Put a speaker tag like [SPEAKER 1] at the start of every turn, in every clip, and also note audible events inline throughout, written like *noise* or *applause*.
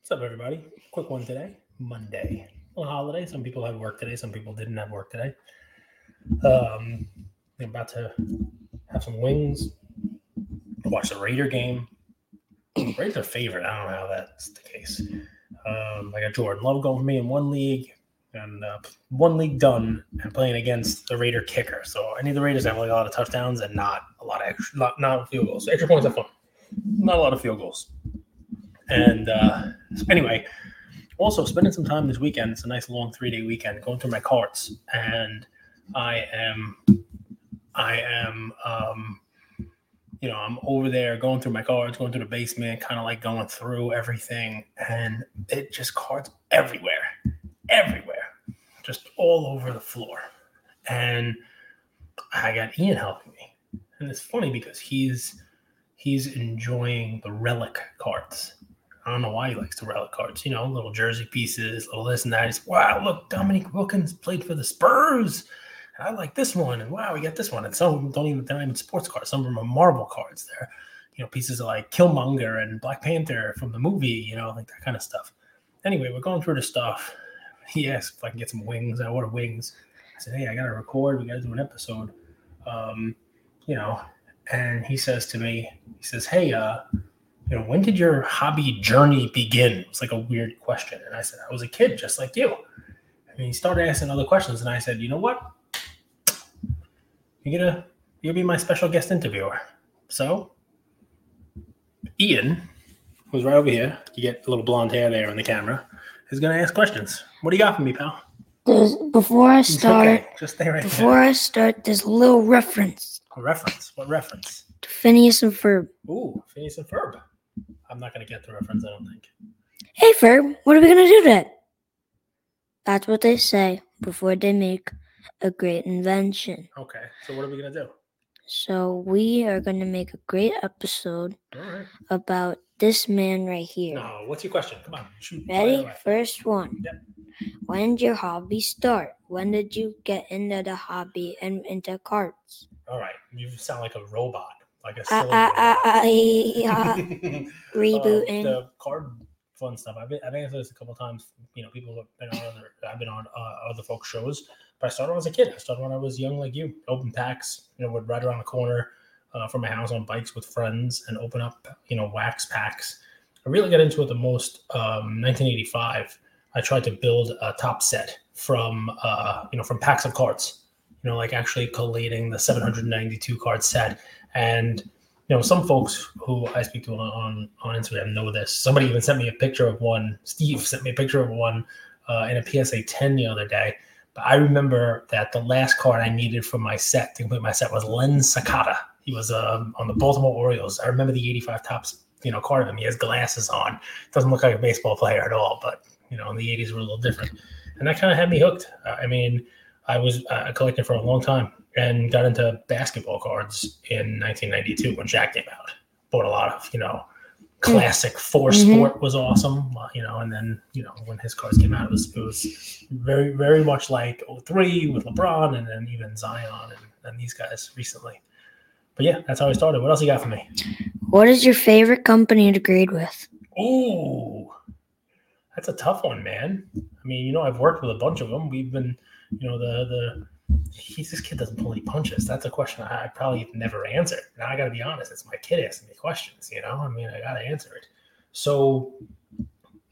[SPEAKER 1] What's up, everybody? Quick one today, Monday. A holiday. Some people had work today. Some people didn't have work today. Um, I'm about to have some wings. Watch the Raider game. Raiders are favorite. I don't know how that's the case. Um, I got Jordan Love going for me in one league, and uh, one league done, and playing against the Raider kicker. So I need the Raiders to have like a lot of touchdowns and not a lot of extra, not not field goals. Extra points are fun. Not a lot of field goals. And uh, anyway, also spending some time this weekend. It's a nice long three day weekend going through my cards, and I am, I am, um, you know, I'm over there going through my cards, going through the basement, kind of like going through everything, and it just cards everywhere, everywhere, just all over the floor, and I got Ian helping me, and it's funny because he's he's enjoying the relic cards. I don't know why he likes the relic cards. You know, little jersey pieces, little this and that. He's wow, look, Dominique Wilkins played for the Spurs. And I like this one, and wow, we got this one. And some of them don't even they're not even sports cards. Some of them are marble cards. They're you know pieces of like Killmonger and Black Panther from the movie. You know, like that kind of stuff. Anyway, we're going through the stuff. *laughs* He asked if I can get some wings. I ordered wings. I said, hey, I got to record. We got to do an episode. Um, you know, and he says to me, he says, hey, uh, you know, when did your hobby journey begin? It was like a weird question. And I said, I was a kid just like you. And he started asking other questions. And I said, you know what? You're gonna you'll be my special guest interviewer. So Ian, who's right over here, you get a little blonde hair there in the camera, is gonna ask questions. What do you got for me, pal?
[SPEAKER 2] There's, before I start,
[SPEAKER 1] Okay, just stay right
[SPEAKER 2] before I start, there's a little reference
[SPEAKER 1] there. A reference. What reference?
[SPEAKER 2] to Phineas and Ferb.
[SPEAKER 1] Ooh, Phineas and Ferb. I'm not gonna get the reference, I don't think.
[SPEAKER 2] Hey, Ferb, what are we gonna do today? That's what they say before they make a great invention.
[SPEAKER 1] Okay, so what are we gonna do?
[SPEAKER 2] So we are gonna make a great episode
[SPEAKER 1] All right.
[SPEAKER 2] about this man right here.
[SPEAKER 1] No, what's your question? Come on, shoot. fire
[SPEAKER 2] Ready?
[SPEAKER 1] away.
[SPEAKER 2] First one.
[SPEAKER 1] Yep.
[SPEAKER 2] When did your hobby start? When did you get into the hobby and into carts?
[SPEAKER 1] All right, you sound like a robot, like a
[SPEAKER 2] I,
[SPEAKER 1] silly
[SPEAKER 2] ah,
[SPEAKER 1] robot. *laughs*
[SPEAKER 2] I, I, I,
[SPEAKER 1] Um,
[SPEAKER 2] ah, rebooting.
[SPEAKER 1] the card fun stuff. I've been, I've answered this a couple times. You know, people have been on other. I've been on uh, other folks shows, but I started when I was a kid. I started when I was young, like you. Open packs. You know, would ride around the corner uh, from my house on bikes with friends and open up. You know, wax packs. I really got into it the most. Um, 1985. I tried to build a top set from uh, you know from packs of cards. You know, like actually collating the 792 card set and you know, some folks who I speak to on, on on Instagram know this. Somebody even sent me a picture of one. Steve sent me a picture of one uh, in a PSA 10 the other day. But I remember that the last card I needed for my set to complete my set was Len Sakata. He was um, on the Baltimore Orioles. I remember the 85 tops, you know, card of him. He has glasses on. Doesn't look like a baseball player at all. But, you know, in the 80s were a little different. And that kind of had me hooked. Uh, I mean, I was uh, collecting for a long time and got into basketball cards in 1992 when Jack came out. Bought a lot of, you know, classic 4
[SPEAKER 2] Mhm.
[SPEAKER 1] sport was awesome, uh, you know, and then, you know, when his cards came out, it was, it was very, very much like 03 with LeBron and then even Zion and, and these guys recently. But yeah, that's how I started. What else you got for me?
[SPEAKER 2] What is your favorite company to grade with?
[SPEAKER 1] Ooh, Oh, that's a tough one, man. I mean, you know, I've worked with a bunch of them. We've been, you know, the the he's this kid doesn't pull any punches. That's a question I, I probably have never answered. Now I got to be honest, it's my kid asking me questions. You know, I mean, I got to answer it. So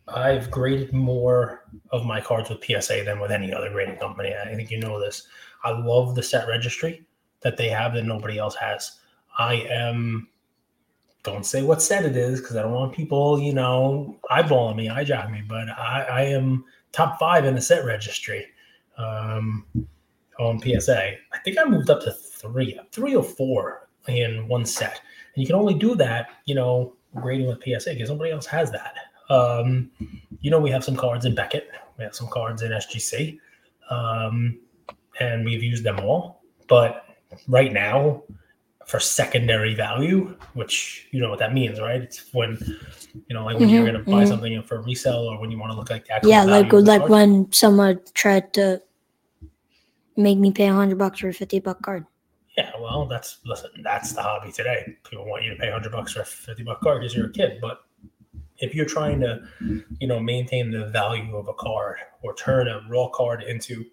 [SPEAKER 1] I've graded more of my cards with PSA than with any other grading company. I think you know this. I love the set registry that they have that nobody else has. I am don't say what set it is because I don't want people, you know, eyeballing me, eyejogging me. But I, I am top five in the set registry um, on PSA. I think I moved up to three, three or four in one set, and you can only do that, you know, grading with PSA because nobody else has that. Um, you know, we have some cards in Beckett, we have some cards in SGC, um, and we've used them all. But right now, for secondary value, which you know what that means, right? It's when you know, like when you're
[SPEAKER 2] Mhm,
[SPEAKER 1] gonna buy
[SPEAKER 2] mhm.
[SPEAKER 1] something for resale, or when you want to look like the actual
[SPEAKER 2] Yeah,
[SPEAKER 1] value
[SPEAKER 2] like
[SPEAKER 1] of the
[SPEAKER 2] like
[SPEAKER 1] card.
[SPEAKER 2] when someone tried to make me pay a hundred bucks for a fifty buck card.
[SPEAKER 1] Yeah, well, that's listen, that's the hobby today. People want you to pay hundred bucks for a fifty buck card because you're a kid, but if you're trying to, you know, maintain the value of a card or turn a raw card into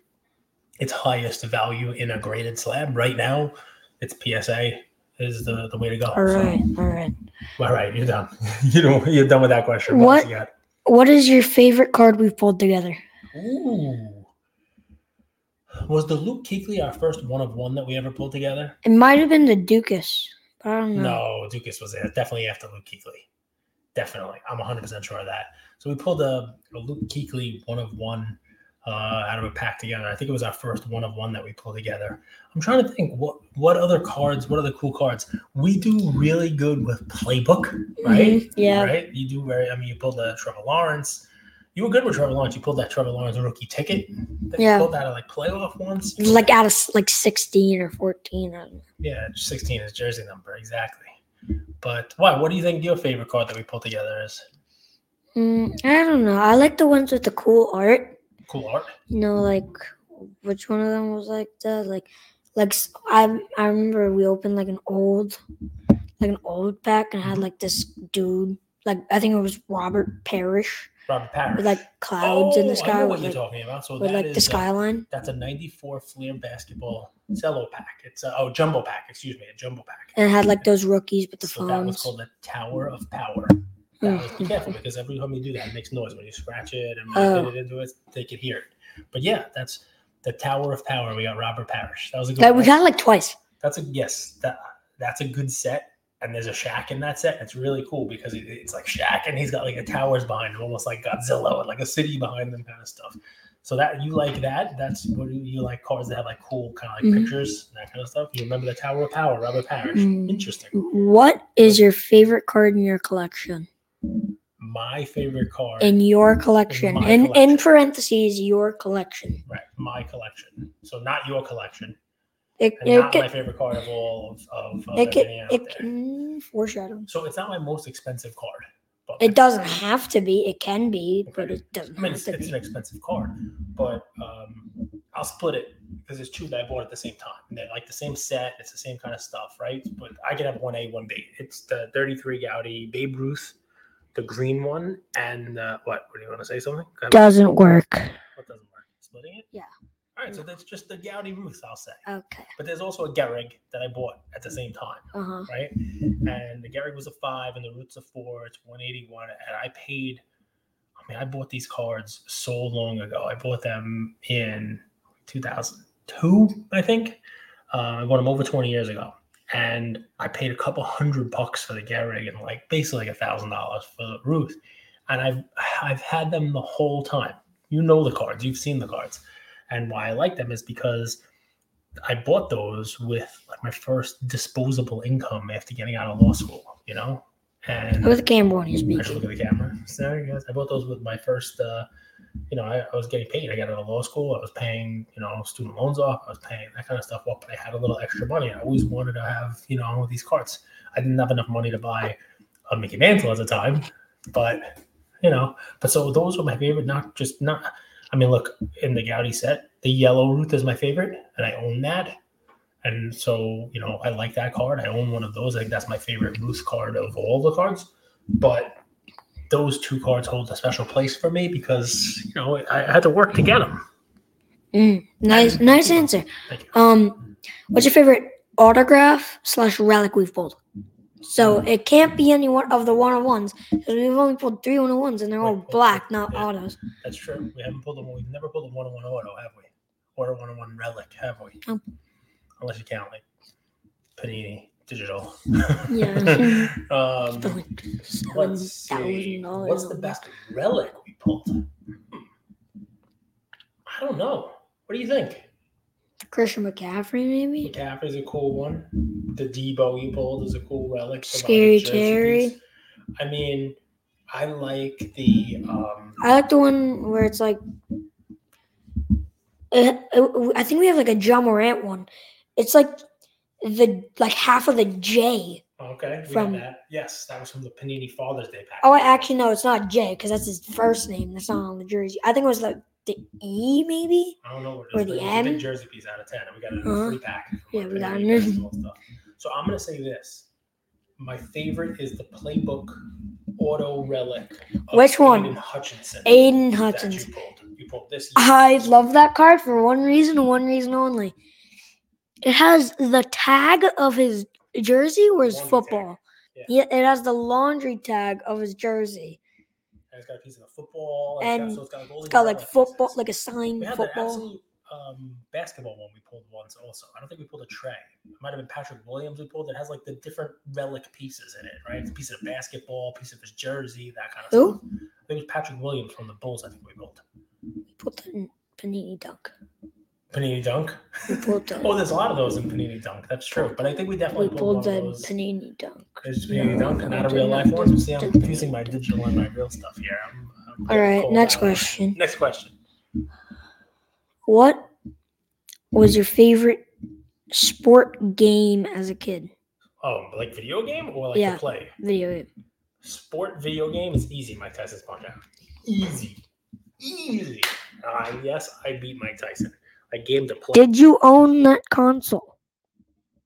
[SPEAKER 1] its highest value in a graded slab, right now, it's PSA is the, the way to go.
[SPEAKER 2] All right, all right.
[SPEAKER 1] So, all right, you're done. *laughs* you know, you're done with that question. else
[SPEAKER 2] What-
[SPEAKER 1] you got?
[SPEAKER 2] What is your favorite card we've pulled together?
[SPEAKER 1] Ooh. Was the Luke Keekley our first one of one that we ever pulled together?
[SPEAKER 2] It might have been the Dukas, but I don't know.
[SPEAKER 1] No, Dukas was it. Definitely after Luke Keekley. Definitely. I'm 100% sure of that. So we pulled a, a Luke Keekley one of one uh, out of a pack together. I think it was our first one of one that we pulled together. I'm trying to think what, what other cards, what other cool cards. We do really good with Playbook, right?
[SPEAKER 2] Mhm, Yeah.
[SPEAKER 1] Right? You do very, I mean, you pulled the Trevor Lawrence. You were good with Trevor Lawrence. You pulled that Trevor Lawrence rookie ticket. that
[SPEAKER 2] Yeah. Mm-hmm.
[SPEAKER 1] You pulled out of like playoff once.
[SPEAKER 2] It was Like out of s- like 16 or 14. I don't know.
[SPEAKER 1] Yeah, 16 is jersey number, exactly. But why? What do you think your favorite card that we pulled together is?
[SPEAKER 2] Mm, I don't know. I like the ones with the cool art.
[SPEAKER 1] Cool art.
[SPEAKER 2] You know, like which one of them was like that? Like, like s- I I remember we opened like an old, like an old pack and had like this dude. Like I think it was Robert Parrish
[SPEAKER 1] Robert Parrish.
[SPEAKER 2] with like clouds
[SPEAKER 1] oh,
[SPEAKER 2] in the
[SPEAKER 1] I
[SPEAKER 2] sky
[SPEAKER 1] know what
[SPEAKER 2] with
[SPEAKER 1] you're
[SPEAKER 2] like,
[SPEAKER 1] talking about. So
[SPEAKER 2] with,
[SPEAKER 1] that
[SPEAKER 2] like the
[SPEAKER 1] is uh, a-
[SPEAKER 2] skyline.
[SPEAKER 1] that's a 94 Fleer basketball cello pack. It's a, oh, jumbo pack. Excuse me, a jumbo pack.
[SPEAKER 2] And it had like those rookies with the Hmm.
[SPEAKER 1] so that was
[SPEAKER 2] phones.
[SPEAKER 1] called the Tower of Power. That was, be
[SPEAKER 2] Mm.
[SPEAKER 1] careful because every time you do that, it makes noise. When you scratch it and
[SPEAKER 2] Oh.
[SPEAKER 1] put it into it, they can hear it. But yeah, that's the Tower of Power. We got Robert Parrish. That was a good
[SPEAKER 2] Like
[SPEAKER 1] one.
[SPEAKER 2] we got it like twice.
[SPEAKER 1] That's a yes. That that's a good set. And there's a Shack in that set. It's really cool because it, it's like Shack, and he's got like a towers behind him, almost like Godzilla, and like a city behind them, kind of stuff. So that you like that? That's what you, you like cards that have like cool kind of like
[SPEAKER 2] Mhm.
[SPEAKER 1] pictures and that kind of stuff. You remember the Tower of Power, Robert Parrish.
[SPEAKER 2] Mm.
[SPEAKER 1] Interesting.
[SPEAKER 2] What is your favorite card in your collection?
[SPEAKER 1] My favorite card
[SPEAKER 2] In your collection.
[SPEAKER 1] my
[SPEAKER 2] In
[SPEAKER 1] collection.
[SPEAKER 2] in parentheses, your collection.
[SPEAKER 1] Right, my collection. So not your collection,
[SPEAKER 2] It,
[SPEAKER 1] and
[SPEAKER 2] it,
[SPEAKER 1] not
[SPEAKER 2] can,
[SPEAKER 1] my favorite card of all of, of, of
[SPEAKER 2] it, can,
[SPEAKER 1] everything out
[SPEAKER 2] it
[SPEAKER 1] there.
[SPEAKER 2] can foreshadow.
[SPEAKER 1] So it's not my most expensive card. But
[SPEAKER 2] It doesn't have to be. It can be, but it doesn't
[SPEAKER 1] I mean,
[SPEAKER 2] have
[SPEAKER 1] it's,
[SPEAKER 2] to
[SPEAKER 1] it's an
[SPEAKER 2] be.
[SPEAKER 1] expensive card, but um, I'll split it because there's two that I bought at the same time. And they're like the same set. It's the same kind of stuff, right? But I could have one A, one B. It's the 33 Gaudy Babe Ruth, the green one, and uh, what? What do you want to say? Something? Go ahead.
[SPEAKER 2] Doesn't work.
[SPEAKER 1] What doesn't work? Splitting it?
[SPEAKER 2] Yeah.
[SPEAKER 1] All right, so that's just the Gaudy Ruth, I'll say.
[SPEAKER 2] Okay.
[SPEAKER 1] But there's also a Gehrig that I bought at the same time
[SPEAKER 2] Uh huh.
[SPEAKER 1] right? And the Gehrig was a five, and the Root's a four. It's 181, and I paid. I mean, I bought these cards so long ago. I bought them in 2002, I think. Uh, I bought them over 20 years ago, and I paid a couple hundred bucks for the Gehrig and like basically a thousand dollars for the Ruth. And I've I've had them the whole time. You know the cards. You've seen the cards. And why I like them is because I bought those with like my first disposable income after getting out of law school, you know? And
[SPEAKER 2] With the Cambodians
[SPEAKER 1] I should
[SPEAKER 2] beach.
[SPEAKER 1] look at the camera. Sorry, guys. I bought those with my first, uh, you know, I, I was getting paid. I got out of law school. I was paying, you know, student loans off. I was paying that kind of stuff off, but I had a little extra money. I always wanted to have, you know, these carts. I didn't have enough money to buy a Mickey Mantle at the time, but, you know, but so those were my favorite, not just, not, I mean, look, in the Gaudy set, the yellow Ruth is my favorite, and I own that. And so, you know, I like that card. I own one of those. I think that's my favorite Ruth card of all the cards. But those two cards hold a special place for me because you know I, I had to work to get them.
[SPEAKER 2] Mm, nice, nice answer.
[SPEAKER 1] Thank you.
[SPEAKER 2] Um, what's your favorite autograph slash relic we've pulled? So
[SPEAKER 1] Mm.
[SPEAKER 2] it can't be any one of the one on ones because we've only pulled three one on ones and they're all
[SPEAKER 1] Right,
[SPEAKER 2] black, not
[SPEAKER 1] yeah. *laughs*
[SPEAKER 2] autos.
[SPEAKER 1] That's true. We haven't pulled them. We've never pulled a oh one-on-one auto, have we? Or a one-on-one relic, have we?
[SPEAKER 2] No.
[SPEAKER 1] Unless you count like Panini digital. *laughs*
[SPEAKER 2] Yeah.
[SPEAKER 1] um, let's
[SPEAKER 2] *laughs*
[SPEAKER 1] see.
[SPEAKER 2] thousand dollars.
[SPEAKER 1] What's the best relic we pulled? Hmm. I don't know. What do you think?
[SPEAKER 2] Christian McCaffrey, maybe.
[SPEAKER 1] McCaffrey's a cool one. The Debo you pulled is a cool relic. The
[SPEAKER 2] Scary
[SPEAKER 1] Jersey
[SPEAKER 2] Terry.
[SPEAKER 1] piece. I mean, I like the. Um,
[SPEAKER 2] I like the one where it's like. Uh, uh, I think we have like a John Morant one. It's like the like half of the J.
[SPEAKER 1] okay, we
[SPEAKER 2] From-
[SPEAKER 1] have that. Yes, that was from the Panini Father's Day pack.
[SPEAKER 2] Oh, I actually no, it's not J because that's his first name. That's not on the jersey. I think it was like the E, maybe.
[SPEAKER 1] I don't know what it
[SPEAKER 2] Or
[SPEAKER 1] is.
[SPEAKER 2] the
[SPEAKER 1] but it's a big
[SPEAKER 2] M?
[SPEAKER 1] jersey piece out of ten, and we got a
[SPEAKER 2] Uh-huh.
[SPEAKER 1] free pack. from
[SPEAKER 2] Yeah,
[SPEAKER 1] the
[SPEAKER 2] we got
[SPEAKER 1] Panini
[SPEAKER 2] it.
[SPEAKER 1] Festival and stuff. So I'm gonna say this. My favorite is the playbook auto relic. of
[SPEAKER 2] Which one?
[SPEAKER 1] Aiden Hutchinson.
[SPEAKER 2] Aiden
[SPEAKER 1] that
[SPEAKER 2] Hutchinson. Uh-huh.
[SPEAKER 1] You pulled. You pulled this. year.
[SPEAKER 2] I love that card for one reason, and one reason only. It has the tag of his jersey or his
[SPEAKER 1] Laundry tag,
[SPEAKER 2] football.
[SPEAKER 1] yeah.
[SPEAKER 2] Yeah. it has the laundry tag of his jersey.
[SPEAKER 1] And it's got a piece of the football. it's got-
[SPEAKER 2] And
[SPEAKER 1] so it's got, like, all
[SPEAKER 2] It's
[SPEAKER 1] these
[SPEAKER 2] got like
[SPEAKER 1] relic
[SPEAKER 2] football,
[SPEAKER 1] pieces.
[SPEAKER 2] like a signed
[SPEAKER 1] we had the
[SPEAKER 2] football.
[SPEAKER 1] absolute um, basketball one we pulled once also. I don't think we pulled a tray. It might have been Patrick Williams we pulled that has like the different relic pieces in it, right? It's a piece of basketball, piece of his jersey, that kind of
[SPEAKER 2] Who?
[SPEAKER 1] stuff. I think it was Patrick Williams from the Bulls, I think we pulled.
[SPEAKER 2] Put that in Panini Dunk.
[SPEAKER 1] Panini Dunk.
[SPEAKER 2] We pulled that.
[SPEAKER 1] *laughs* Oh, there's a lot of those in Panini Dunk. That's true. But I think we definitely
[SPEAKER 2] we
[SPEAKER 1] pulled, one
[SPEAKER 2] pulled
[SPEAKER 1] of
[SPEAKER 2] that in
[SPEAKER 1] those.
[SPEAKER 2] Panini Dunk.
[SPEAKER 1] There's Panini Dunk and out of
[SPEAKER 2] No,
[SPEAKER 1] real
[SPEAKER 2] no,
[SPEAKER 1] life ones.
[SPEAKER 2] no,
[SPEAKER 1] See, I'm
[SPEAKER 2] no,
[SPEAKER 1] confusing my
[SPEAKER 2] no.
[SPEAKER 1] digital and my real stuff here. I'm, I'm
[SPEAKER 2] All right,
[SPEAKER 1] cold
[SPEAKER 2] next
[SPEAKER 1] out of it.
[SPEAKER 2] question.
[SPEAKER 1] Next question.
[SPEAKER 2] What was your favorite sport game as a kid?
[SPEAKER 1] Oh, like video game or like
[SPEAKER 2] Yeah.
[SPEAKER 1] to play?
[SPEAKER 2] Video game.
[SPEAKER 1] Sport video game is easy, Mike Tyson's punch-out. Easy. Easy. Uh, yes, I beat Mike Tyson. I gamed a play.
[SPEAKER 2] Did you own that console?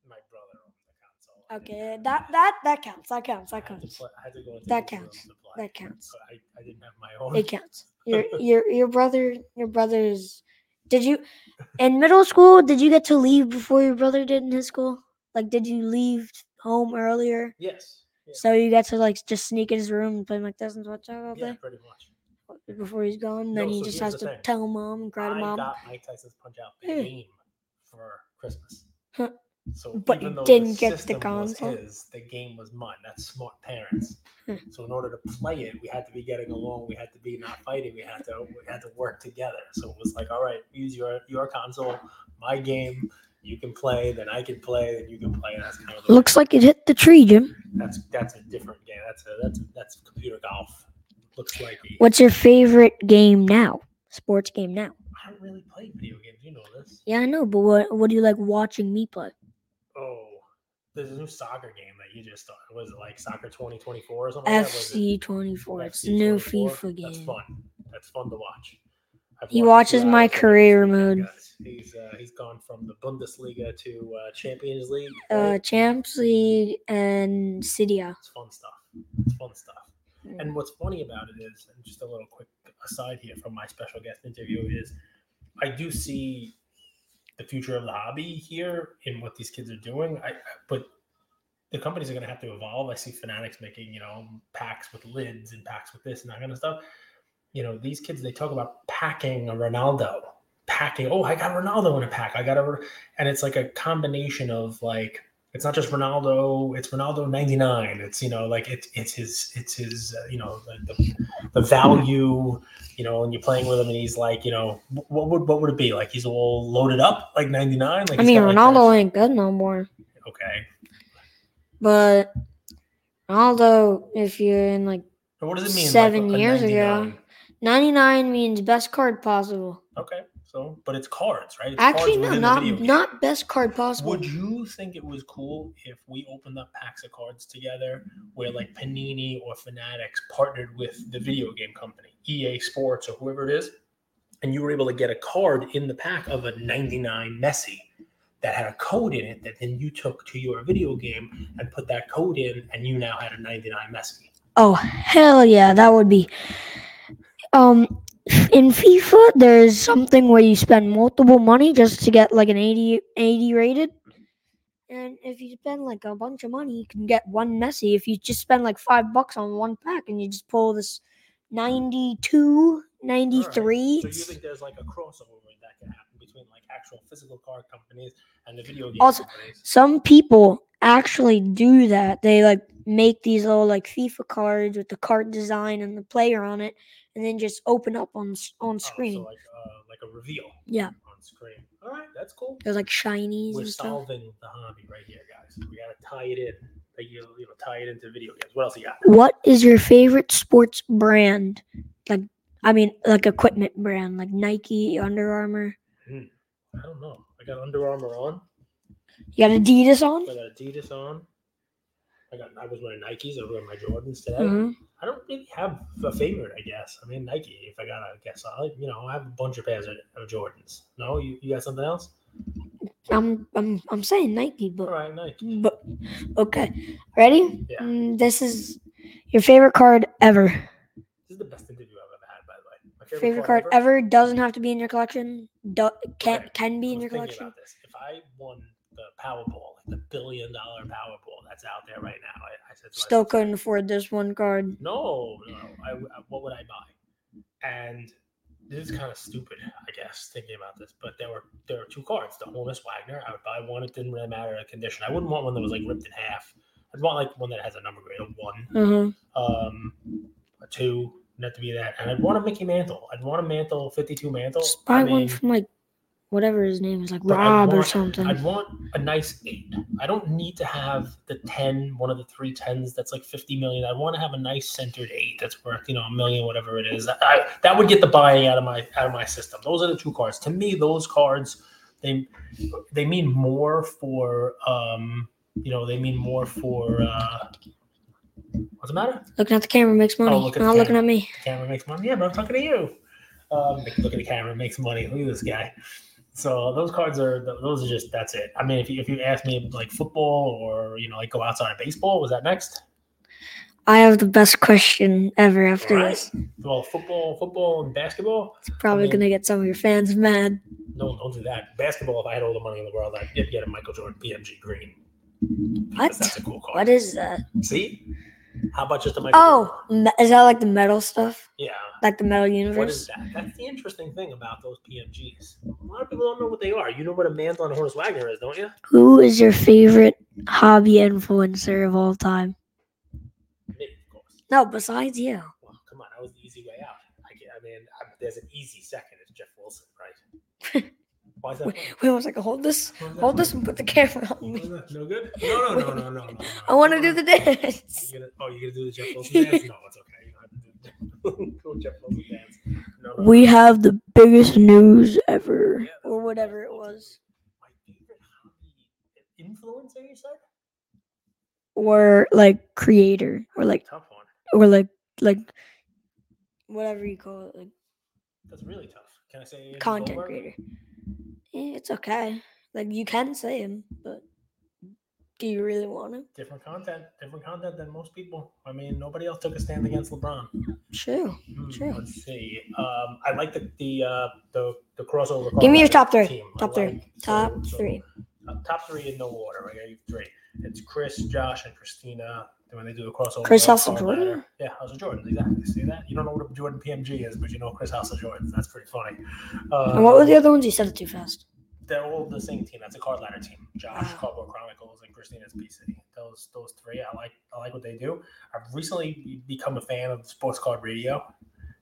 [SPEAKER 1] my brother on the console.
[SPEAKER 2] Okay, that that that counts. That counts.
[SPEAKER 1] I
[SPEAKER 2] That
[SPEAKER 1] had to
[SPEAKER 2] counts.
[SPEAKER 1] play- I had to go into
[SPEAKER 2] That
[SPEAKER 1] his room
[SPEAKER 2] counts.
[SPEAKER 1] to play.
[SPEAKER 2] That counts.
[SPEAKER 1] So I, I didn't have my own. *laughs*
[SPEAKER 2] It counts. Your your your brother your brother's did you in middle school did you get to leave before your brother did in his school? Like did you leave home earlier?
[SPEAKER 1] Yes. Yeah.
[SPEAKER 2] So you got to like just sneak in his room and play Mike Tyson's watch out all
[SPEAKER 1] yeah,
[SPEAKER 2] day
[SPEAKER 1] pretty much.
[SPEAKER 2] before he's gone. Then
[SPEAKER 1] No,
[SPEAKER 2] he
[SPEAKER 1] so
[SPEAKER 2] just
[SPEAKER 1] here's
[SPEAKER 2] has
[SPEAKER 1] the
[SPEAKER 2] to
[SPEAKER 1] thing.
[SPEAKER 2] tell mom and cry to
[SPEAKER 1] I
[SPEAKER 2] mom.
[SPEAKER 1] got Mike Tyson's punch-out
[SPEAKER 2] Yeah.
[SPEAKER 1] game for Christmas.
[SPEAKER 2] Huh.
[SPEAKER 1] So
[SPEAKER 2] But
[SPEAKER 1] even
[SPEAKER 2] you
[SPEAKER 1] though
[SPEAKER 2] didn't get the
[SPEAKER 1] system was
[SPEAKER 2] console? Hmm.
[SPEAKER 1] his, the game was mine. That's smart parents.
[SPEAKER 2] Huh.
[SPEAKER 1] So in order to play it, we had to be getting along. We had to be not fighting. We had to we had to work together. So it was like, all right, use your your console, my game. You can play, then I can play, then you can play. That's kind of the way-
[SPEAKER 2] Looks like it hit the tree, Jim.
[SPEAKER 1] that's that's a different game. That's a that's a, that's computer golf. Looks like the-
[SPEAKER 2] What's your favorite game now? Sports game now.
[SPEAKER 1] I don't really play video games. You know this.
[SPEAKER 2] Yeah, I know, but what what do you like watching me play?
[SPEAKER 1] Oh, there's a new soccer game that you just started. Was it like Soccer 2024 or something? like Oh, that? Was it
[SPEAKER 2] FC twenty four. It's the new
[SPEAKER 1] FC24?
[SPEAKER 2] FIFA game.
[SPEAKER 1] That's fun. That's fun to watch. I've
[SPEAKER 2] He
[SPEAKER 1] watched a
[SPEAKER 2] watches
[SPEAKER 1] few
[SPEAKER 2] my
[SPEAKER 1] hours of it this
[SPEAKER 2] career
[SPEAKER 1] weekend,
[SPEAKER 2] mode.
[SPEAKER 1] guys. He's uh, he's gone from the Bundesliga to uh, Champions League.
[SPEAKER 2] Uh,
[SPEAKER 1] right?
[SPEAKER 2] Champs League and City. A.
[SPEAKER 1] it's fun stuff. It's fun stuff.
[SPEAKER 2] Yeah.
[SPEAKER 1] And what's funny about it is, and just a little quick aside here from my special guest interview is, I do see the future of the hobby here in what these kids are doing. I, I- but the companies are going to have to evolve. I see Fanatics making you know packs with lids and packs with this and that kind of stuff. You know, these kids they talk about packing a Ronaldo, packing. Oh, I got Ronaldo in a pack. I got a, Ro-" and it's like a combination of like it's not just Ronaldo. It's Ronaldo ninety nine. It's you know like it's it's his it's his uh, you know the, the, the value you know and you're playing with him and he's like you know wh- what would what would it be like he's all loaded up like ninety nine. Like
[SPEAKER 2] I
[SPEAKER 1] he's
[SPEAKER 2] mean,
[SPEAKER 1] got, like,
[SPEAKER 2] Ronaldo
[SPEAKER 1] that-
[SPEAKER 2] ain't good no more,
[SPEAKER 1] okay.
[SPEAKER 2] but Ronaldo, if you're in like
[SPEAKER 1] So What does it mean? like,
[SPEAKER 2] Seven
[SPEAKER 1] a
[SPEAKER 2] years ago.
[SPEAKER 1] 99?
[SPEAKER 2] ninety nine, means best card possible.
[SPEAKER 1] Okay, so but it's cards, right? It's cards
[SPEAKER 2] Actually, no,
[SPEAKER 1] within the
[SPEAKER 2] not
[SPEAKER 1] video game.
[SPEAKER 2] not best card possible.
[SPEAKER 1] Would you think it was cool if we opened up packs of cards together where like Panini or Fanatics partnered with the video game company, EA Sports or whoever it is, and you were able to get a card in the pack of a 99 Messi that had a code in it that then you took to your video game and put that code in and you now had a 99 Messi?
[SPEAKER 2] Oh hell yeah, that would be. Um, in FIFA, there's something where you spend multiple money just to get like an 80, 80 rated, and if you spend like a bunch of money, you can get one Messi. If you just spend like five bucks on one pack and you just pull this 92,
[SPEAKER 1] All right.
[SPEAKER 2] 93.
[SPEAKER 1] So you think there's like a crossover that can happen between like actual physical card companies and the video game
[SPEAKER 2] Also-
[SPEAKER 1] companies?
[SPEAKER 2] Some people actually do that. They like make these little like FIFA cards with the card design and the player on it, and then just open up on s- on
[SPEAKER 1] Oh, so,
[SPEAKER 2] screen.
[SPEAKER 1] like, uh, like a reveal.
[SPEAKER 2] Yeah.
[SPEAKER 1] on screen. All right, that's cool.
[SPEAKER 2] There's like shinies
[SPEAKER 1] We're
[SPEAKER 2] and stuff.
[SPEAKER 1] solving the hobby right here, guys. We gotta tie it in. Like you, you know, tie it into video games. What else you got?
[SPEAKER 2] What is your favorite sports brand? Like, I mean, like equipment brand, like Nike, Under Armour.
[SPEAKER 1] I don't know. I got Under Armour on.
[SPEAKER 2] You got Adidas
[SPEAKER 1] I
[SPEAKER 2] on?
[SPEAKER 1] got Adidas on. I got. I was wearing Nikes. I was wearing my Jordans today.
[SPEAKER 2] hmm
[SPEAKER 1] I don't really have a favorite. I guess. I mean, Nike. If I gotta guess, I like- you know I have a bunch of pairs of, of Jordans. No, you, you got something else?
[SPEAKER 2] I'm, I'm, I'm saying Nike,
[SPEAKER 1] All
[SPEAKER 2] but,
[SPEAKER 1] right, Nike.
[SPEAKER 2] but okay. Ready?
[SPEAKER 1] Yeah.
[SPEAKER 2] Mm, this is Your favorite card ever.
[SPEAKER 1] This is the best interview I've ever had, by the way. My
[SPEAKER 2] Favorite, card ever. doesn't have to be in your collection. Do- can
[SPEAKER 1] Okay,
[SPEAKER 2] can be
[SPEAKER 1] I
[SPEAKER 2] in
[SPEAKER 1] was thinking
[SPEAKER 2] your collection.
[SPEAKER 1] About this. If I won the Powerball, like the billion dollar Powerball that's out there right now, I, I said to
[SPEAKER 2] Still
[SPEAKER 1] myself,
[SPEAKER 2] couldn't afford this one card.
[SPEAKER 1] No, no. I, I- what would I buy? And this is kind of stupid, I guess, thinking about this. But there were there were two cards. The Honus Wagner. I would buy one. It didn't really matter the condition. I wouldn't want one that was like ripped in half. I'd want like one that has a number grade, a one,
[SPEAKER 2] Uh-huh.
[SPEAKER 1] um, a two, not to be that. And I'd want a Mickey Mantle. I'd want a Mantle, fifty-two Mantle.
[SPEAKER 2] Just buy
[SPEAKER 1] I
[SPEAKER 2] one
[SPEAKER 1] mean,
[SPEAKER 2] from like whatever his name is, like
[SPEAKER 1] but I'd
[SPEAKER 2] Rob or
[SPEAKER 1] want-
[SPEAKER 2] something.
[SPEAKER 1] I'd want a nice eight. I don't need to have the 10, one of the three tens that's like 50 million. I want to have a nice centered eight that's worth, you know, a million, whatever it is. I, that would get the buying out of my out of my system. Those are the two cards. To me, those cards they they mean more for um you know, they mean more for uh what's the matter?
[SPEAKER 2] looking at the camera makes money.
[SPEAKER 1] Oh, look at the
[SPEAKER 2] not looking
[SPEAKER 1] camera.
[SPEAKER 2] at me.
[SPEAKER 1] camera makes money. Yeah, but I'm talking to you. Um, look at the camera, makes money. Look at this guy. So those cards are th- those are just that's it. I mean, if you if you ask me like football or you know like go outside of baseball, was that next?
[SPEAKER 2] I have the best question ever after
[SPEAKER 1] Right.
[SPEAKER 2] this.
[SPEAKER 1] Well, football, football and basketball.
[SPEAKER 2] It's probably
[SPEAKER 1] mean-
[SPEAKER 2] gonna get some of your fans mad.
[SPEAKER 1] No, don't do that. Basketball. If I had all the money in the world, I'd get, get a Michael Jordan PMG green.
[SPEAKER 2] What?
[SPEAKER 1] Because That's a cool
[SPEAKER 2] What
[SPEAKER 1] card.
[SPEAKER 2] is that?
[SPEAKER 1] See? How about just a Michael?
[SPEAKER 2] Oh,
[SPEAKER 1] Jordan?
[SPEAKER 2] me- is that like the metal stuff?
[SPEAKER 1] yeah.
[SPEAKER 2] Like the metal
[SPEAKER 1] What is
[SPEAKER 2] universe?
[SPEAKER 1] that? That's the interesting thing about those PMGs. A lot of people don't know what they are. You know what a mantle and a horse Wagner is, don't you?
[SPEAKER 2] Who is your favorite hobby influencer of all time?
[SPEAKER 1] Me, of course.
[SPEAKER 2] No, besides you.
[SPEAKER 1] Well, Oh, come on, that was the easy way out. I, get, I mean, I, there's an easy second. It's Jeff Wilson, right?
[SPEAKER 2] *laughs*
[SPEAKER 1] Why is that?
[SPEAKER 2] Wait,
[SPEAKER 1] funny?
[SPEAKER 2] wait one second. Hold this.
[SPEAKER 1] Why is that
[SPEAKER 2] Hold
[SPEAKER 1] funny?
[SPEAKER 2] this and put the camera on
[SPEAKER 1] Why
[SPEAKER 2] me.
[SPEAKER 1] is that- No good. No, no, no, no, no, no. no.
[SPEAKER 2] I want to do the dance.
[SPEAKER 1] You're gonna, oh, you're gonna do the Jeff Wilson dance? No, it's okay. You don't have to do the *laughs* cool Jeff Wilson dance. No, no,
[SPEAKER 2] We have the biggest news ever,
[SPEAKER 1] Yeah,
[SPEAKER 2] or whatever it was,
[SPEAKER 1] My favorite hobby influencer, you said?
[SPEAKER 2] or like creator, or like,
[SPEAKER 1] Tough one.
[SPEAKER 2] or like, like, whatever you call it, like
[SPEAKER 1] That's really tough. Can I say Andrew
[SPEAKER 2] content
[SPEAKER 1] Goldberg?
[SPEAKER 2] creator. Eh, it's okay. Like you can say him, but do you really want him?
[SPEAKER 1] Different content, different content than most people. I mean, nobody else took a stand against LeBron.
[SPEAKER 2] Sure.
[SPEAKER 1] Hmm,
[SPEAKER 2] Sure.
[SPEAKER 1] Let's see. Um, I like the the uh, the, the crossover.
[SPEAKER 2] Give me your
[SPEAKER 1] callback
[SPEAKER 2] top three.
[SPEAKER 1] team. I
[SPEAKER 2] Top three.
[SPEAKER 1] like- so-
[SPEAKER 2] Top
[SPEAKER 1] so,
[SPEAKER 2] three.
[SPEAKER 1] uh, top three in no order. I got you three. It's Chris, Josh, and Christina. When they do the crossover,
[SPEAKER 2] Chris
[SPEAKER 1] called
[SPEAKER 2] House of
[SPEAKER 1] Callback.
[SPEAKER 2] Jordan?
[SPEAKER 1] Yeah, House of Jordan. Exactly. See that? You don't know what a Jordan PMG is, but you know Chris House of Jordan. That's pretty funny. Uh,
[SPEAKER 2] And what were the other ones? You said it too fast.
[SPEAKER 1] They're all the same team. That's a card ladder team. Josh,
[SPEAKER 2] Wow.
[SPEAKER 1] Cardboard Chronicles, and Christina's PC. Those those three. I like I like what they do. I've recently become a fan of sports card radio.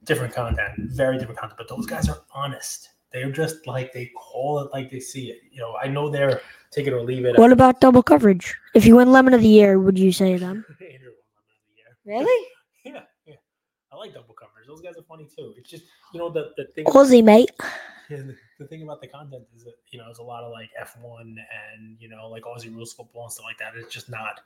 [SPEAKER 1] Different content, very different content, but those guys are honest. They're just like they call it like they see it. You know, I know they're take it or leave it.
[SPEAKER 2] What about double coverage? If you win Lemon of the Year, would you say them?
[SPEAKER 1] *laughs* Andrew won Lemon of the Year.
[SPEAKER 2] Really?
[SPEAKER 1] *laughs* Yeah, yeah. I like double coverage. Those guys are funny too. It's just you know the the thing.
[SPEAKER 2] Aussie, mate.
[SPEAKER 1] Yeah, the, the thing about the content is that you know there's a lot of like F1 and you know like Aussie rules football and stuff like that. It's just not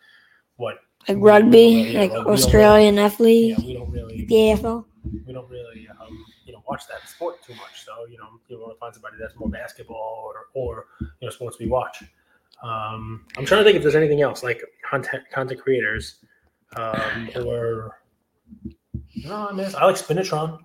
[SPEAKER 1] what
[SPEAKER 2] Like
[SPEAKER 1] Yeah,
[SPEAKER 2] rugby,
[SPEAKER 1] yeah,
[SPEAKER 2] like
[SPEAKER 1] rugby,
[SPEAKER 2] Australian F
[SPEAKER 1] you
[SPEAKER 2] League,
[SPEAKER 1] know, we don't really
[SPEAKER 2] the AFL.
[SPEAKER 1] we don't really um, you know watch that sport too much. So you know you want to find somebody that's more basketball or or you know sports we watch. Um, I'm trying to think if there's anything else like content content creators
[SPEAKER 2] *sighs*
[SPEAKER 1] um, or no, I mean I like Spinatron.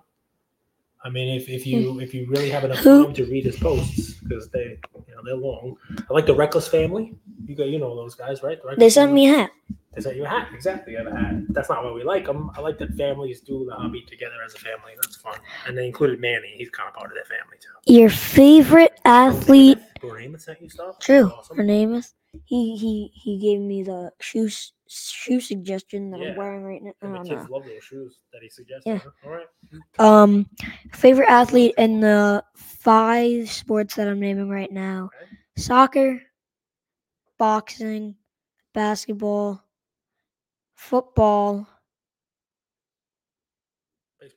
[SPEAKER 1] I mean, if, if
[SPEAKER 2] Hmm.
[SPEAKER 1] you if you really have
[SPEAKER 2] *laughs*
[SPEAKER 1] enough
[SPEAKER 2] Who-
[SPEAKER 1] time to read his posts because they you know they're long. I like the Reckless Family. You go, you know those guys, right? The
[SPEAKER 2] They
[SPEAKER 1] Reckless
[SPEAKER 2] sent
[SPEAKER 1] Family.
[SPEAKER 2] me a hat.
[SPEAKER 1] Is that you a hat? Exactly, you have a hat. That's not why we like them. I like that families do the hobby together as a family. That's fun. And they included Manny. He's kind of part of that family too.
[SPEAKER 2] Your favorite athlete?
[SPEAKER 1] Bournemouth sent you stuff.
[SPEAKER 2] True. Her
[SPEAKER 1] Awesome.
[SPEAKER 2] name is. He he he gave me the shoe s- shoe suggestion that
[SPEAKER 1] Yeah.
[SPEAKER 2] I'm wearing right now.
[SPEAKER 1] And the
[SPEAKER 2] Oh,
[SPEAKER 1] kids
[SPEAKER 2] no.
[SPEAKER 1] love those shoes that he suggested.
[SPEAKER 2] Yeah.
[SPEAKER 1] huh? All right.
[SPEAKER 2] Um, favorite athlete in the five sports that I'm naming right now:
[SPEAKER 1] Okay.
[SPEAKER 2] soccer, boxing, basketball, football,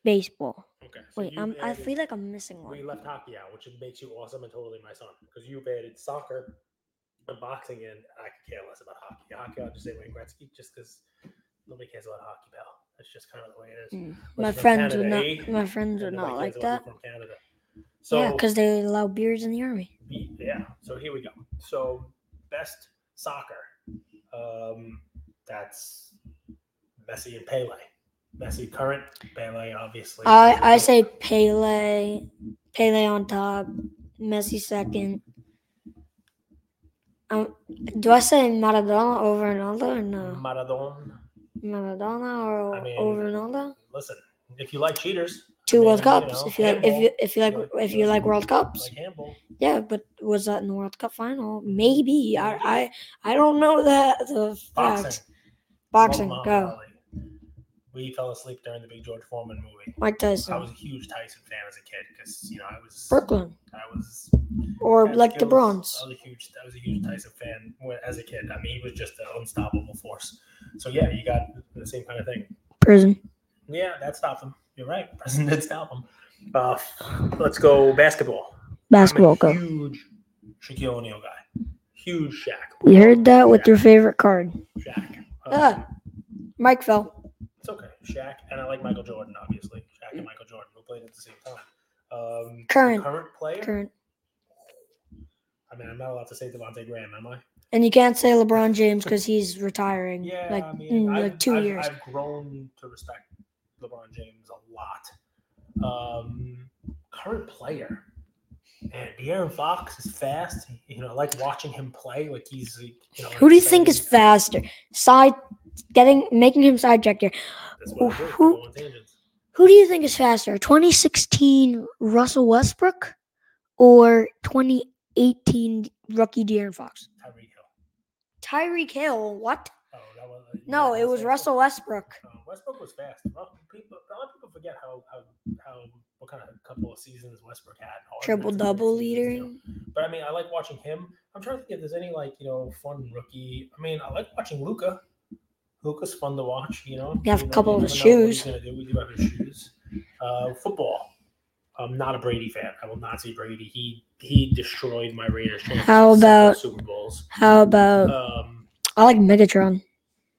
[SPEAKER 2] baseball.
[SPEAKER 1] Okay. so
[SPEAKER 2] Wait,
[SPEAKER 1] you've
[SPEAKER 2] I'm, I
[SPEAKER 1] added-
[SPEAKER 2] feel like I'm missing one.
[SPEAKER 1] we left hockey out, which makes you awesome and totally my son because you've added soccer and boxing in. And I could care less about hockey. Hockey, I'll just say Wayne Gretzky just because nobody cares about hockey, pal. That's just kind of the way it is.
[SPEAKER 2] Mm.
[SPEAKER 1] But
[SPEAKER 2] My
[SPEAKER 1] from
[SPEAKER 2] friends would
[SPEAKER 1] Canada,
[SPEAKER 2] not.
[SPEAKER 1] eh?
[SPEAKER 2] My friends would
[SPEAKER 1] And
[SPEAKER 2] not
[SPEAKER 1] nobody cares
[SPEAKER 2] like
[SPEAKER 1] about
[SPEAKER 2] that.
[SPEAKER 1] who From Canada. So,
[SPEAKER 2] Yeah, because they allow beers in the army.
[SPEAKER 1] yeah so here we go so best soccer um that's messi and pele Messi current, Pele obviously.
[SPEAKER 2] I I say Pele, Pele on top, Messi second. Um, do I say Maradona over Ronaldo or no?
[SPEAKER 1] Maradona.
[SPEAKER 2] Maradona or
[SPEAKER 1] I mean-
[SPEAKER 2] over Ronaldo?
[SPEAKER 1] Listen, if you like cheaters,
[SPEAKER 2] Two
[SPEAKER 1] mean,
[SPEAKER 2] World
[SPEAKER 1] you
[SPEAKER 2] Cups.
[SPEAKER 1] know,
[SPEAKER 2] if you like, if you if you like, if you like World Cups,
[SPEAKER 1] like handball,
[SPEAKER 2] yeah. But was that in the World Cup final? Maybe. I I, I don't know that the
[SPEAKER 1] boxing,
[SPEAKER 2] facts. Boxing,
[SPEAKER 1] Muhammad
[SPEAKER 2] go.
[SPEAKER 1] Ali. We fell asleep during the big George Foreman movie.
[SPEAKER 2] Mike
[SPEAKER 1] I
[SPEAKER 2] Tyson,
[SPEAKER 1] was a huge Tyson fan as a kid because you know I was
[SPEAKER 2] Oh. Brooklyn,
[SPEAKER 1] I was
[SPEAKER 2] or
[SPEAKER 1] as a
[SPEAKER 2] like
[SPEAKER 1] kid
[SPEAKER 2] the
[SPEAKER 1] was-
[SPEAKER 2] bronze.
[SPEAKER 1] I was a huge I was a huge Tyson fan when- as a kid. I mean, he was just an unstoppable force. So yeah, you got the same kind of thing.
[SPEAKER 2] Prison.
[SPEAKER 1] Yeah, that stopped him. You're right. *laughs* Preston did stop him. Uh, let's go basketball.
[SPEAKER 2] Basketball,
[SPEAKER 1] I'm a
[SPEAKER 2] go.
[SPEAKER 1] huge Shaquille O'Neal guy. Huge Shaq.
[SPEAKER 2] We heard that with your favorite card.
[SPEAKER 1] Shaq. Um,
[SPEAKER 2] Ah. Mike fell.
[SPEAKER 1] It's okay. Shaq and I like Michael Jordan, obviously. Shaq and Michael Jordan, who played at the same time. Um,
[SPEAKER 2] Current.
[SPEAKER 1] current player.
[SPEAKER 2] Current.
[SPEAKER 1] I mean, I'm not allowed to say Devontae Graham, am I?
[SPEAKER 2] And you can't say LeBron James because he's retiring.
[SPEAKER 1] Yeah,
[SPEAKER 2] like,
[SPEAKER 1] I mean,
[SPEAKER 2] in,
[SPEAKER 1] I've,
[SPEAKER 2] like 2
[SPEAKER 1] I've,
[SPEAKER 2] years.
[SPEAKER 1] I've grown to respect LeBron James a lot. Um, current player, man, De'Aaron Fox is fast. You know, I like watching him play. Like he's, you know,
[SPEAKER 2] Who do you think is
[SPEAKER 1] exciting.
[SPEAKER 2] faster? Side getting making him sidetracked here.
[SPEAKER 1] That's what I do,
[SPEAKER 2] Who-
[SPEAKER 1] go on tangents.
[SPEAKER 2] Who do you think is faster? 2016 Russell Westbrook or 2018 rookie De'Aaron Fox?
[SPEAKER 1] Tyreek Hill.
[SPEAKER 2] Tyreek Hill, what?
[SPEAKER 1] Oh, that was,
[SPEAKER 2] No, it was
[SPEAKER 1] Westbrook.
[SPEAKER 2] Russell Westbrook.
[SPEAKER 1] Uh, Westbrook was fast. Well, People, a lot of people forget how, how, how what kind of couple of seasons Westbrook had. Oh, How good
[SPEAKER 2] Triple
[SPEAKER 1] his
[SPEAKER 2] double
[SPEAKER 1] seasons, you
[SPEAKER 2] leader.
[SPEAKER 1] know. But I mean, I like watching him. I'm trying to think if there's any like you know fun rookie. I mean, I like watching Luca. Luca's fun to watch. You know,
[SPEAKER 2] You have a
[SPEAKER 1] You know,
[SPEAKER 2] couple
[SPEAKER 1] you
[SPEAKER 2] of his
[SPEAKER 1] never know what he's
[SPEAKER 2] shoes.
[SPEAKER 1] gonna do. We do have his shoes. Uh, football. I'm not a Brady fan. I will not see Brady. He he destroyed my Raiders. champions
[SPEAKER 2] How
[SPEAKER 1] in several
[SPEAKER 2] about-
[SPEAKER 1] Super Bowls?
[SPEAKER 2] How about
[SPEAKER 1] Um,
[SPEAKER 2] I like Megatron.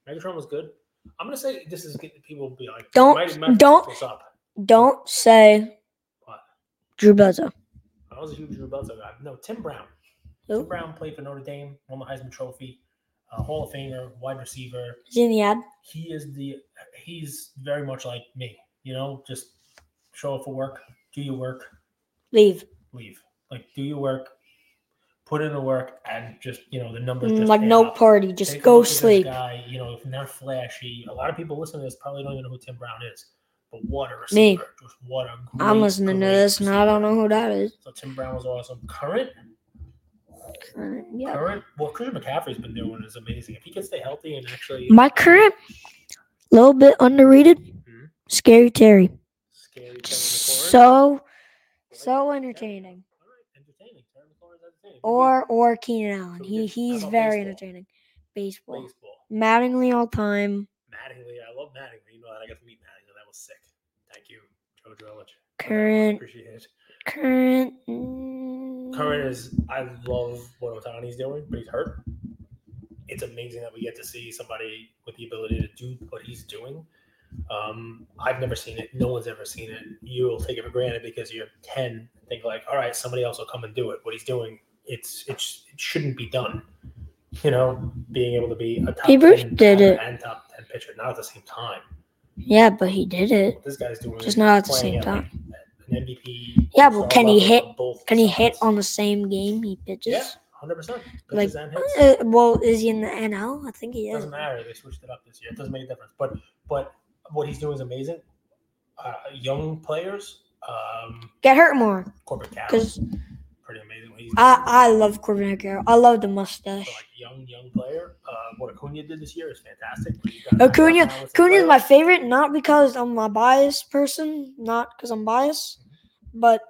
[SPEAKER 1] Megatron was good. I'm gonna say this is good. People will be like,
[SPEAKER 2] Don't-
[SPEAKER 1] might- might pick
[SPEAKER 2] don't-
[SPEAKER 1] this up.
[SPEAKER 2] Don't say
[SPEAKER 1] What?
[SPEAKER 2] Drew Bledsoe.
[SPEAKER 1] I was a huge Drew Bledsoe guy. No, Tim Brown. Tim
[SPEAKER 2] Who?
[SPEAKER 1] Brown played for Notre Dame, won the Heisman Trophy, uh, Hall of Famer, wide receiver.
[SPEAKER 2] Is he in the ad?
[SPEAKER 1] He is the he's very much like me. You know, just show up for work, do your work,
[SPEAKER 2] Leave.
[SPEAKER 1] leave. Like do your work, put in the work, and just you know the numbers. Just
[SPEAKER 2] Like
[SPEAKER 1] add
[SPEAKER 2] no
[SPEAKER 1] up.
[SPEAKER 2] party, just
[SPEAKER 1] Take a
[SPEAKER 2] go
[SPEAKER 1] look at this
[SPEAKER 2] sleep.
[SPEAKER 1] Guy, you know, if not flashy, a lot of people listening to this probably don't even know who Tim Brown is. But what a receiver!
[SPEAKER 2] Me.
[SPEAKER 1] Just what a
[SPEAKER 2] I'm
[SPEAKER 1] great,
[SPEAKER 2] listening to
[SPEAKER 1] great
[SPEAKER 2] this and I
[SPEAKER 1] receiver.
[SPEAKER 2] don't know who that is.
[SPEAKER 1] So Tim Brown was awesome. Current
[SPEAKER 2] Uh, Yeah.
[SPEAKER 1] Current, what Christian McCaffrey's been doing is amazing. If he can stay healthy and actually
[SPEAKER 2] My current little bit underrated.
[SPEAKER 1] Mhm.
[SPEAKER 2] Scary Terry.
[SPEAKER 1] scary Terry McLaurin,
[SPEAKER 2] So so entertaining.
[SPEAKER 1] All right, entertaining. Terry McLaurin's entertaining.
[SPEAKER 2] Or or Keenan Allen.
[SPEAKER 1] So
[SPEAKER 2] He
[SPEAKER 1] good. How
[SPEAKER 2] he's
[SPEAKER 1] about
[SPEAKER 2] very
[SPEAKER 1] baseball?
[SPEAKER 2] entertaining. Baseball.
[SPEAKER 1] baseball.
[SPEAKER 2] Mattingly all time.
[SPEAKER 1] Mattingly, I love Mattingly. You know that I got to meet Mattingly. That was sick. Thank you, Joe Drelich.
[SPEAKER 2] Current
[SPEAKER 1] Appreciate it.
[SPEAKER 2] current mm,
[SPEAKER 1] Current is I love what Otani's doing, but he's hurt. It's amazing that we get to see somebody with the ability to do what he's doing. Um, I've never seen it. No one's ever seen it. You'll take it for granted because you're ten. Think like, all right, somebody else will come and do it. What he's doing, it's it's it shouldn't be done. You know, being able to be a top
[SPEAKER 2] Hebrews
[SPEAKER 1] 10
[SPEAKER 2] did
[SPEAKER 1] batter
[SPEAKER 2] it.
[SPEAKER 1] and top ten pitcher, not at the same time.
[SPEAKER 2] Yeah, but he did it.
[SPEAKER 1] What this guy's doing
[SPEAKER 2] Just
[SPEAKER 1] is
[SPEAKER 2] not at the
[SPEAKER 1] playing
[SPEAKER 2] same
[SPEAKER 1] at, like, An MVP.
[SPEAKER 2] Yeah, but
[SPEAKER 1] star
[SPEAKER 2] can he
[SPEAKER 1] level
[SPEAKER 2] hit-
[SPEAKER 1] on both
[SPEAKER 2] Can he hit
[SPEAKER 1] sides.
[SPEAKER 2] on the same game he pitches?
[SPEAKER 1] Yeah, hundred percent.
[SPEAKER 2] Like,
[SPEAKER 1] Pitches and hits.
[SPEAKER 2] Uh, well, is he in the NL? I think he is.
[SPEAKER 1] doesn't matter. They switched it up this year. It doesn't make a difference. But but what he's doing is amazing. Uh, young players, um,
[SPEAKER 2] Get hurt more,
[SPEAKER 1] corporate cows,
[SPEAKER 2] cause
[SPEAKER 1] pretty amazing. What he's
[SPEAKER 2] I
[SPEAKER 1] doing.
[SPEAKER 2] I love Corbin Carroll. I love the
[SPEAKER 1] So, like
[SPEAKER 2] mustache.
[SPEAKER 1] young young player, uh, what Acuna did this year is fantastic. He's got-
[SPEAKER 2] Acuna-
[SPEAKER 1] now it's a
[SPEAKER 2] Coon is
[SPEAKER 1] player.
[SPEAKER 2] my favorite, not because I'm a biased person, not because I'm biased,
[SPEAKER 1] Mm-hmm.
[SPEAKER 2] but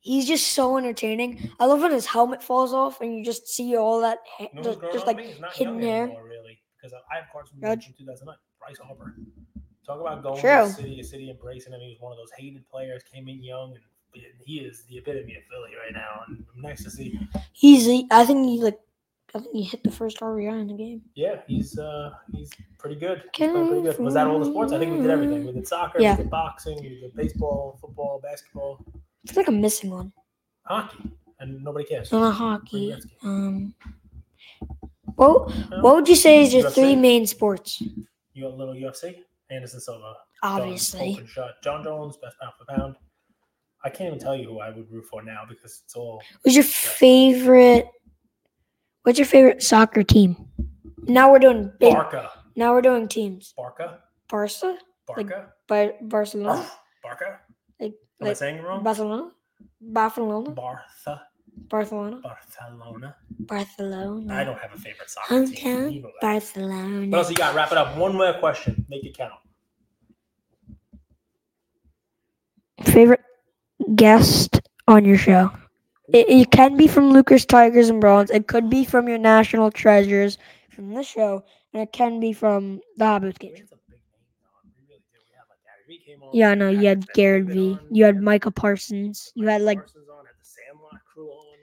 [SPEAKER 2] he's just so entertaining. I love when his helmet falls off and you just see all that, ha-
[SPEAKER 1] You know who's
[SPEAKER 2] just,
[SPEAKER 1] growing
[SPEAKER 2] just
[SPEAKER 1] on
[SPEAKER 2] like
[SPEAKER 1] me? He's not
[SPEAKER 2] hidden
[SPEAKER 1] young
[SPEAKER 2] there.
[SPEAKER 1] anymore, really, because I have cards from
[SPEAKER 2] Judge.
[SPEAKER 1] Judge. 2009. Bryce Harper. Talk about going
[SPEAKER 2] True.
[SPEAKER 1] to a city, a city embracing him. He was one of those hated players. Came in young, and he is the epitome of Philly right now. And I'm nice to see.
[SPEAKER 2] He's, the- I think he like, I think he hit the first RBI in the game.
[SPEAKER 1] Yeah, he's uh he's pretty good. He's playing pretty good. Was that all the sports? I think we did everything. We did soccer,
[SPEAKER 2] Yeah.
[SPEAKER 1] we did boxing, we did baseball, football, basketball,
[SPEAKER 2] I feel like I'm missing one.
[SPEAKER 1] hockey, and nobody cares.
[SPEAKER 2] No, not hockey.
[SPEAKER 1] Gretzky.
[SPEAKER 2] Um, what
[SPEAKER 1] No?
[SPEAKER 2] what would you say is your
[SPEAKER 1] UFC?
[SPEAKER 2] three main sports?
[SPEAKER 1] You got a little UFC? Anderson Silva, Jones,
[SPEAKER 2] obviously.
[SPEAKER 1] open shot. John Jones, best pound for pound. I can't even tell you who I would root for now because it's all
[SPEAKER 2] Who's your favorite? What's your favorite soccer team? Now we're doing big.
[SPEAKER 1] Barca.
[SPEAKER 2] Now we're doing teams.
[SPEAKER 1] Barca?
[SPEAKER 2] Barca,
[SPEAKER 1] Barca?
[SPEAKER 2] Bar- Barcelona,
[SPEAKER 1] Barca?
[SPEAKER 2] like
[SPEAKER 1] Am I
[SPEAKER 2] like
[SPEAKER 1] saying it wrong?
[SPEAKER 2] Barcelona, Barcelona,
[SPEAKER 1] Bartha.
[SPEAKER 2] Barcelona,
[SPEAKER 1] Barcelona.
[SPEAKER 2] Barcelona.
[SPEAKER 1] I don't have a favorite soccer team.
[SPEAKER 2] Hometown
[SPEAKER 1] You know that.
[SPEAKER 2] Barcelona.
[SPEAKER 1] What else you got? Wrap it up. One more question. Make it count.
[SPEAKER 2] favorite guest on your show? It, it can be from Lucas Tigers and Browns. It could be from your national treasures from this show, and it can be from the Hobbit
[SPEAKER 1] We
[SPEAKER 2] Cage.
[SPEAKER 1] had some big names on. We really did. We had, like, Gary Vee came on.
[SPEAKER 2] Yeah, I know. You had
[SPEAKER 1] Ben
[SPEAKER 2] Garrett
[SPEAKER 1] David
[SPEAKER 2] V.
[SPEAKER 1] on.
[SPEAKER 2] You had
[SPEAKER 1] We
[SPEAKER 2] Micah Parsons. You had
[SPEAKER 1] Mike
[SPEAKER 2] like
[SPEAKER 1] Parsons on, had the Sandlot crew on.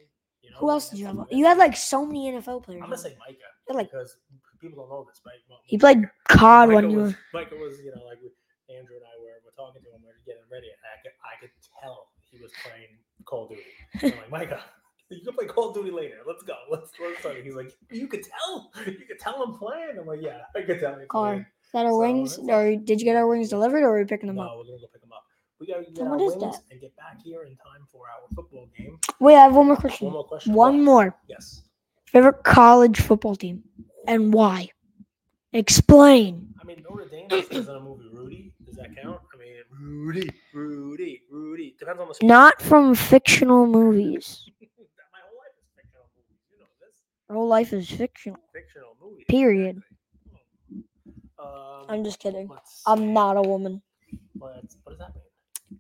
[SPEAKER 1] You know,
[SPEAKER 2] who
[SPEAKER 1] we
[SPEAKER 2] else did you have?
[SPEAKER 1] some
[SPEAKER 2] on?
[SPEAKER 1] good
[SPEAKER 2] You had
[SPEAKER 1] ones.
[SPEAKER 2] like so many NFL players.
[SPEAKER 1] I'm gonna say Micah
[SPEAKER 2] You had, Mm-hmm. like
[SPEAKER 1] because people don't know this, right? Well,
[SPEAKER 2] you played
[SPEAKER 1] Micah-
[SPEAKER 2] COD
[SPEAKER 1] Micah
[SPEAKER 2] when you
[SPEAKER 1] was,
[SPEAKER 2] were.
[SPEAKER 1] Micah was, you know, like we- Andrew and I were, were talking to him, we are getting ready, and I could, I could tell he was playing Call of Duty.
[SPEAKER 2] *laughs*
[SPEAKER 1] And I'm like, Micah, you can play Call of Duty later. Let's go. Let's let's start. He's like, you could tell, you could tell I'm playing. I'm like, yeah, I could tell. you're
[SPEAKER 2] Car.
[SPEAKER 1] playing."
[SPEAKER 2] Is that our
[SPEAKER 1] So,
[SPEAKER 2] wings?
[SPEAKER 1] it's-
[SPEAKER 2] Or did you get our wings delivered, or are we picking them
[SPEAKER 1] No,
[SPEAKER 2] up?
[SPEAKER 1] we're gonna go pick him up. We gotta get
[SPEAKER 2] Then
[SPEAKER 1] our
[SPEAKER 2] what is
[SPEAKER 1] wings and get back here in time for our football game.
[SPEAKER 2] Wait, I have one more
[SPEAKER 1] One
[SPEAKER 2] question.
[SPEAKER 1] more question.
[SPEAKER 2] One more.
[SPEAKER 1] Yes.
[SPEAKER 2] Favorite college football team, and why? Explain.
[SPEAKER 1] I mean, Notre Dame is is in a movie. Rudy, does that count? I mean, Rudy, Rudy, Rudy. Depends on the. Speech.
[SPEAKER 2] Not from fictional movies.
[SPEAKER 1] *laughs* My whole life is fictional movies. You know this.
[SPEAKER 2] Our whole life is fictional.
[SPEAKER 1] Fictional movies.
[SPEAKER 2] Period.
[SPEAKER 1] exactly. Um,
[SPEAKER 2] I'm just kidding.
[SPEAKER 1] let's see.
[SPEAKER 2] I'm not a woman,
[SPEAKER 1] Let's- what does that mean?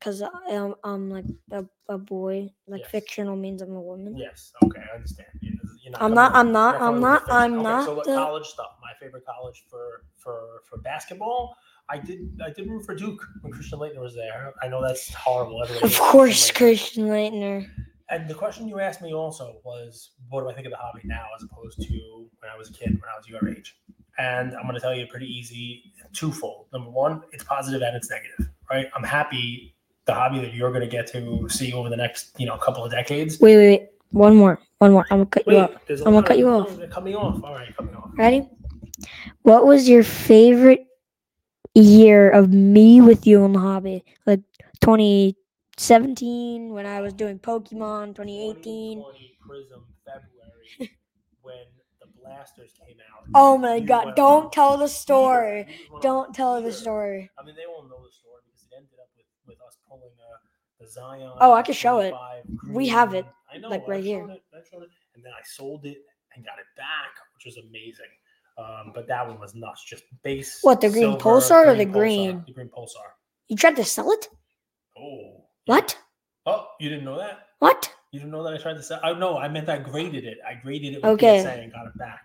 [SPEAKER 2] cause I'm, I'm like a, a boy. Like
[SPEAKER 1] Yes.
[SPEAKER 2] fictional means I'm a woman.
[SPEAKER 1] Yes. Okay, I understand. You- You're
[SPEAKER 2] I'm
[SPEAKER 1] coming
[SPEAKER 2] not-
[SPEAKER 1] with-
[SPEAKER 2] I'm not-
[SPEAKER 1] you're coming
[SPEAKER 2] I'm
[SPEAKER 1] with
[SPEAKER 2] not-
[SPEAKER 1] the fiction.
[SPEAKER 2] I'm
[SPEAKER 1] okay,
[SPEAKER 2] not
[SPEAKER 1] So what
[SPEAKER 2] the-
[SPEAKER 1] college stuff? My favorite college for for for basketball. I did I did root for Duke when Christian Leitner was there. I know that's horrible. Everybody hates
[SPEAKER 2] Of
[SPEAKER 1] Christian
[SPEAKER 2] course,
[SPEAKER 1] Leitner.
[SPEAKER 2] Christian Leitner.
[SPEAKER 1] And the question you asked me also was, what do I think of the hobby now as opposed to when I was a kid, when I was your age? And I'm going to tell you pretty easy, twofold. Number one, it's positive and it's negative, right? I'm happy the hobby that you're going to get to see over the next, you know, couple of decades.
[SPEAKER 2] Wait, wait, wait. One more. One more. I'm gonna cut you
[SPEAKER 1] Wait,
[SPEAKER 2] off.
[SPEAKER 1] there's a
[SPEAKER 2] I'm gonna
[SPEAKER 1] lot
[SPEAKER 2] cut
[SPEAKER 1] of-
[SPEAKER 2] you off.
[SPEAKER 1] no, they're Cut me off. All right, cut me off.
[SPEAKER 2] Ready? What was your favorite year of me with you on the hobby? Like 2017 when I was doing Pokemon, 2018.
[SPEAKER 1] 2020 Prism February when the blasters came out.
[SPEAKER 2] Oh my
[SPEAKER 1] You
[SPEAKER 2] god,
[SPEAKER 1] went on
[SPEAKER 2] don't
[SPEAKER 1] a
[SPEAKER 2] tell the
[SPEAKER 1] teeter. You
[SPEAKER 2] story.
[SPEAKER 1] went on a
[SPEAKER 2] Don't tell the
[SPEAKER 1] teeter.
[SPEAKER 2] story.
[SPEAKER 1] I mean, they all know the story because it ended up with, with us pulling uh, the Zion.
[SPEAKER 2] Oh, I could show it.
[SPEAKER 1] 25
[SPEAKER 2] We have
[SPEAKER 1] green.
[SPEAKER 2] it,
[SPEAKER 1] I know,
[SPEAKER 2] like,
[SPEAKER 1] I
[SPEAKER 2] right
[SPEAKER 1] showed
[SPEAKER 2] here.
[SPEAKER 1] It, I showed it, and then I sold it and got it back, which was amazing. Um, but that one was nuts. Just base.
[SPEAKER 2] What, the
[SPEAKER 1] silver,
[SPEAKER 2] green Pulsar or the
[SPEAKER 1] Pulsar,
[SPEAKER 2] green?
[SPEAKER 1] The green Pulsar.
[SPEAKER 2] You tried to sell it?
[SPEAKER 1] Oh. yeah.
[SPEAKER 2] What?
[SPEAKER 1] Oh, you didn't know that?
[SPEAKER 2] What?
[SPEAKER 1] You didn't know that I tried to sell? I no, I meant I graded it. I graded it. With
[SPEAKER 2] Okay.
[SPEAKER 1] PSA and got it back.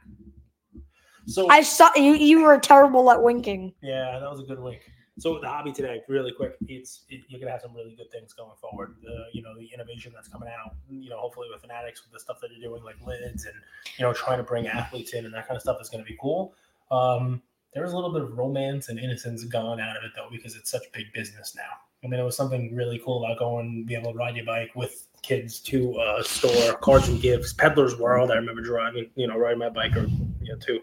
[SPEAKER 1] So
[SPEAKER 2] I saw you you were terrible at winking.
[SPEAKER 1] Yeah, that was a good link. So the hobby today, really quick, it's it, you're gonna have some really good things going forward. The you know the innovation that's coming out, you know, hopefully with fanatics with the stuff that you're doing like lids and you know trying to bring athletes in and that kind of stuff is gonna be cool. Um, there was a little bit of romance and innocence gone out of it though because it's such big business now. I mean, it was something really cool about going, being able to ride your bike with kids to a store, cards and gifts, Peddler's World. I remember driving, you know, riding my bike or you know too,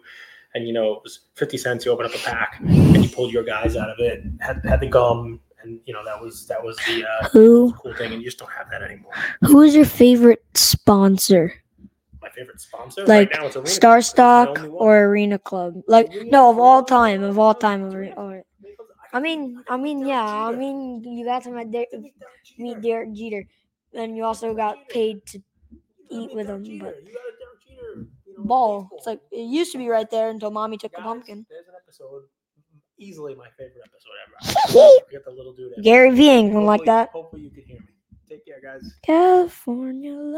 [SPEAKER 1] and you know it was fifty cents. You open up a pack and you pulled your guys out of it, had, had the gum, and you know that was that was the uh,
[SPEAKER 2] Who
[SPEAKER 1] cool thing, and you just don't have that anymore.
[SPEAKER 2] who is your favorite sponsor?
[SPEAKER 1] My favorite sponsor
[SPEAKER 2] Like,
[SPEAKER 1] right now it's Arena
[SPEAKER 2] Star
[SPEAKER 1] Club. It's
[SPEAKER 2] Stock
[SPEAKER 1] the only one.
[SPEAKER 2] or Arena Club? Like
[SPEAKER 1] Arena
[SPEAKER 2] no, of all
[SPEAKER 1] Club.
[SPEAKER 2] time, of all time of
[SPEAKER 1] Arena Club.
[SPEAKER 2] or I mean, I mean, yeah, I mean, you got to meet Derek, meet Derek Jeter, and you also got paid to eat with them, but- ball. It's like it used to be right there until mommy took the
[SPEAKER 1] Guys,
[SPEAKER 2] pumpkin.
[SPEAKER 1] There's an episode, easily my favorite episode
[SPEAKER 2] *laughs*
[SPEAKER 1] ever. Get the little dude.
[SPEAKER 2] Gary V ain't one like
[SPEAKER 1] Hopefully-
[SPEAKER 2] that.
[SPEAKER 1] Hopefully you can hear me. Take care, guys.
[SPEAKER 2] California.